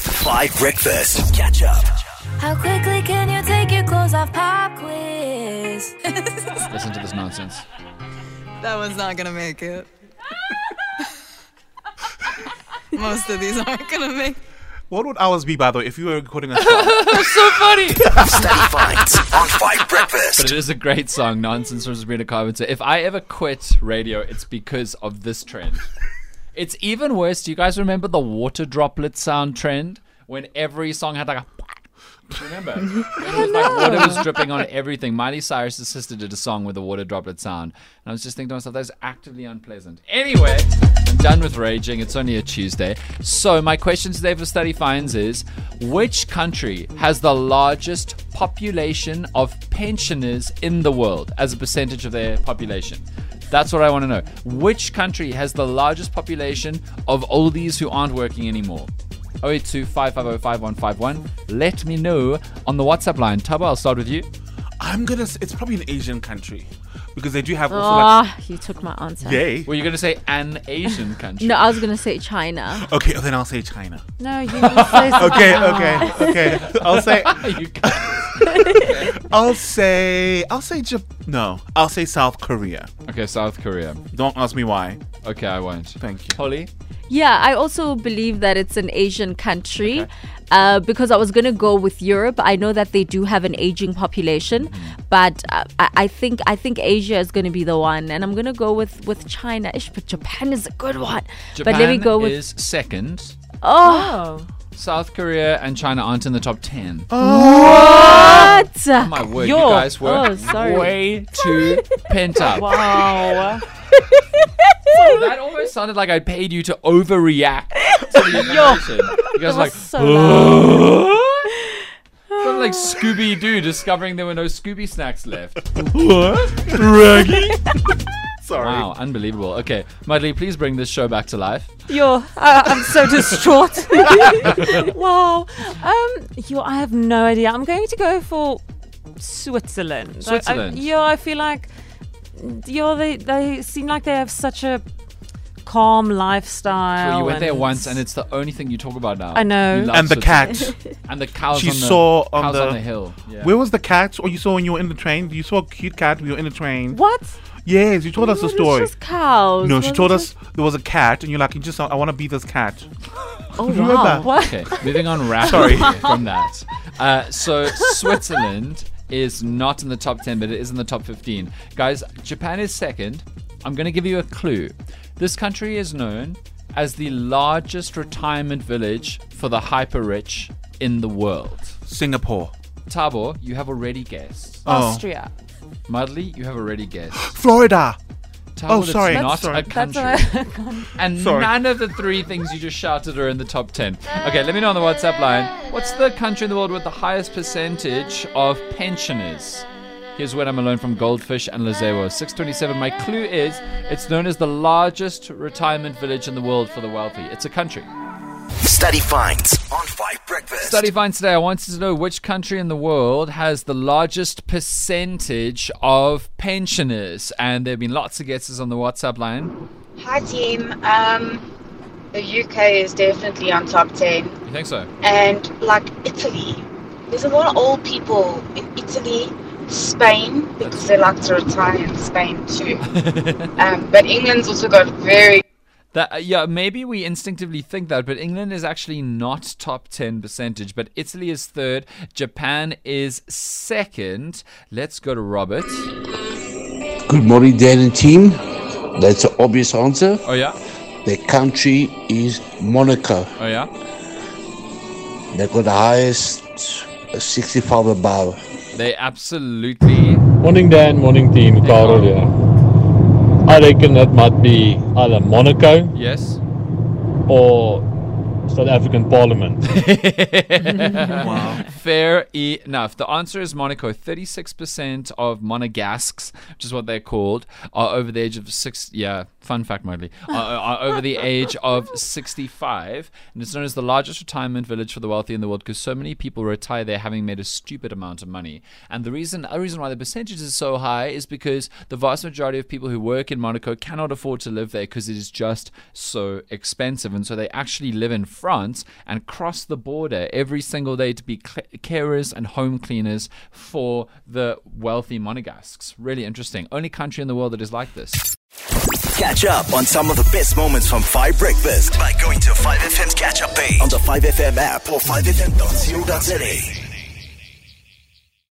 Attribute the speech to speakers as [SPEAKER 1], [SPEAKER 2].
[SPEAKER 1] Five Breakfast. Catch up.
[SPEAKER 2] How quickly can you take your clothes off pop quiz?
[SPEAKER 3] Listen to this nonsense.
[SPEAKER 4] That one's not gonna make it. Most of these aren't gonna make.
[SPEAKER 5] What would ours be, by the way, if you were recording a show?
[SPEAKER 1] Snap finds on Five
[SPEAKER 3] But
[SPEAKER 1] Breakfast.
[SPEAKER 3] it is a great song, Nonsense from Sabrina Carpenter. If I ever quit radio, it's because of this trend. It's even worse. Do you guys remember the water droplet sound trend? When every song had like a. Remember? It was like water was dripping on everything. Miley Cyrus' sister did a song with a water droplet sound. And I was just thinking to myself, that is actively unpleasant. Anyway, I'm done with raging. It's only a Tuesday. So, my question today for Study Finds is which country has the largest population of pensioners in the world as a percentage of their population? That's what I want to know. Which country has the largest population of oldies who aren't working anymore? 082 Let me know on the WhatsApp line. Taba, I'll start with you.
[SPEAKER 5] I'm gonna. s- It's probably an Asian country because they do have also like
[SPEAKER 6] Ah, you took my answer.
[SPEAKER 5] yay.
[SPEAKER 3] Were you going to say an Asian country?
[SPEAKER 6] No, I was gonna say China.
[SPEAKER 5] Okay, oh, then I'll say China.
[SPEAKER 6] No, you say
[SPEAKER 5] Okay, okay, okay. I'll say,
[SPEAKER 3] You guys-
[SPEAKER 5] I'll say, I'll say Jap- No, I'll say South Korea.
[SPEAKER 3] okay, South Korea.
[SPEAKER 5] Don't ask me why.
[SPEAKER 3] Okay, I won't.
[SPEAKER 5] Thank you.
[SPEAKER 3] Holly?
[SPEAKER 6] Yeah, I also believe that it's an Asian country uh, because I was going to go with Europe. I know that they do have an aging population,
[SPEAKER 3] Mm.
[SPEAKER 6] but uh, I, I think I think Asia is going to be the one, and I'm going to go with with China. Ish, but Japan is a good one.
[SPEAKER 3] Japan
[SPEAKER 6] but let me go with
[SPEAKER 3] is second.
[SPEAKER 6] oh,
[SPEAKER 3] South Korea and China aren't in the top 10.
[SPEAKER 6] what?
[SPEAKER 3] Oh. My word,
[SPEAKER 6] Yo.
[SPEAKER 3] you guys were
[SPEAKER 6] Oh, sorry.
[SPEAKER 3] way too pent up.
[SPEAKER 4] Wow.
[SPEAKER 3] That almost sounded like I paid you to overreact to the information. You guys were like,
[SPEAKER 6] So loud.
[SPEAKER 3] sounded like Scooby Doo discovering there were no Scooby snacks left.
[SPEAKER 5] Sorry.
[SPEAKER 3] Wow, unbelievable. Okay, Mudley, please bring this show back to life.
[SPEAKER 4] Yo, I, I'm so distraught. wow. Um, yo, I have no idea. I'm going to go for Switzerland. Like,
[SPEAKER 3] Switzerland.
[SPEAKER 4] I, yo, I feel like yo they they seem like they have such a calm lifestyle.
[SPEAKER 3] Well, you went there
[SPEAKER 4] and-
[SPEAKER 3] once, and it's the only thing you talk about now.
[SPEAKER 4] I know.
[SPEAKER 3] You love
[SPEAKER 5] And the
[SPEAKER 3] Switzerland.
[SPEAKER 5] cat.
[SPEAKER 3] And the cows.
[SPEAKER 5] She
[SPEAKER 3] on the,
[SPEAKER 5] saw on
[SPEAKER 3] cows
[SPEAKER 5] the-
[SPEAKER 3] on the hill. Yeah.
[SPEAKER 5] Where was the cat? Or you saw when you were in the train? You saw a cute cat when you were in the train.
[SPEAKER 4] What?
[SPEAKER 5] Yes, you told us the
[SPEAKER 6] It's
[SPEAKER 5] story.
[SPEAKER 6] just cows.
[SPEAKER 5] No, she
[SPEAKER 6] Wasn't
[SPEAKER 5] told
[SPEAKER 6] it?
[SPEAKER 5] us there was a cat, and you're like, you just, I want to be this cat.
[SPEAKER 6] Oh
[SPEAKER 5] Remember?
[SPEAKER 6] wow.
[SPEAKER 4] What?
[SPEAKER 3] Okay, moving on rapidly from that. Uh, so Switzerland is not in the top 10, but it is in the top 15. Guys, Japan is second. I'm going to give you a clue. This country is known as the largest retirement village for the hyper rich in the world.
[SPEAKER 5] Singapore.
[SPEAKER 3] Tabor, you have already guessed.
[SPEAKER 5] oh.
[SPEAKER 4] Austria.
[SPEAKER 3] Mudley, you have already guessed.
[SPEAKER 5] Florida.
[SPEAKER 3] Tabor,
[SPEAKER 5] Oh,
[SPEAKER 3] that's
[SPEAKER 5] sorry.
[SPEAKER 3] not
[SPEAKER 5] Sorry.
[SPEAKER 3] a country. And
[SPEAKER 5] Sorry.
[SPEAKER 3] none of the three things you just shouted are in the top 10. Okay, let me know on the WhatsApp line. What's the country in the world with the highest percentage of pensioners? Here's when I'm alone from Goldfish and Lazewo. 627. My clue is it's known as the largest retirement village in the world for the wealthy. It's a country.
[SPEAKER 1] Study finds on Five Breakfast.
[SPEAKER 3] Study finds today. I wanted to know which country in the world has the largest percentage of pensioners. And there have been lots of guesses on the WhatsApp line.
[SPEAKER 7] Hi team. Um, the UK is definitely on top ten,
[SPEAKER 3] You think so?
[SPEAKER 7] and like Italy, there's a lot of old people in Italy, Spain because they like to retire in Spain too. um, but England's also got very
[SPEAKER 3] That uh, yeah, maybe we instinctively think that, but England is actually not top ten percentage. But Italy is third, Japan is second. Let's go to Robert.
[SPEAKER 8] Good morning, Dan and team. That's an obvious answer.
[SPEAKER 3] Oh yeah,
[SPEAKER 8] The country is Monaco.
[SPEAKER 3] oh yeah.
[SPEAKER 8] They got the highest uh, 65 above.
[SPEAKER 3] They absolutely.
[SPEAKER 9] Morning Dan, morning team, Karel here. I reckon that might be either Monaco
[SPEAKER 3] Yes.
[SPEAKER 9] or South African Parliament.
[SPEAKER 5] Wow.
[SPEAKER 3] Fair enough. The answer is Monaco. 36% of Monegasques, which is what they're called, are over the age of six. Yeah, fun fact, mildly. Are, are over the age of 65. And it's known as the largest retirement village for the wealthy in the world because so many people retire there having made a stupid amount of money. And the reason, a reason why the percentage is so high is because the vast majority of people who work in Monaco cannot afford to live there because it is just so expensive. And so they actually live in France and cross the border every single day to be cl- carers and home cleaners for the wealthy Monegasques. Really interesting. Only country in the world that is like this.
[SPEAKER 1] Catch up on some of the best moments from 5 Breakfast by going to 5FM's catch up page on the 5FM app or 5FM.co.za.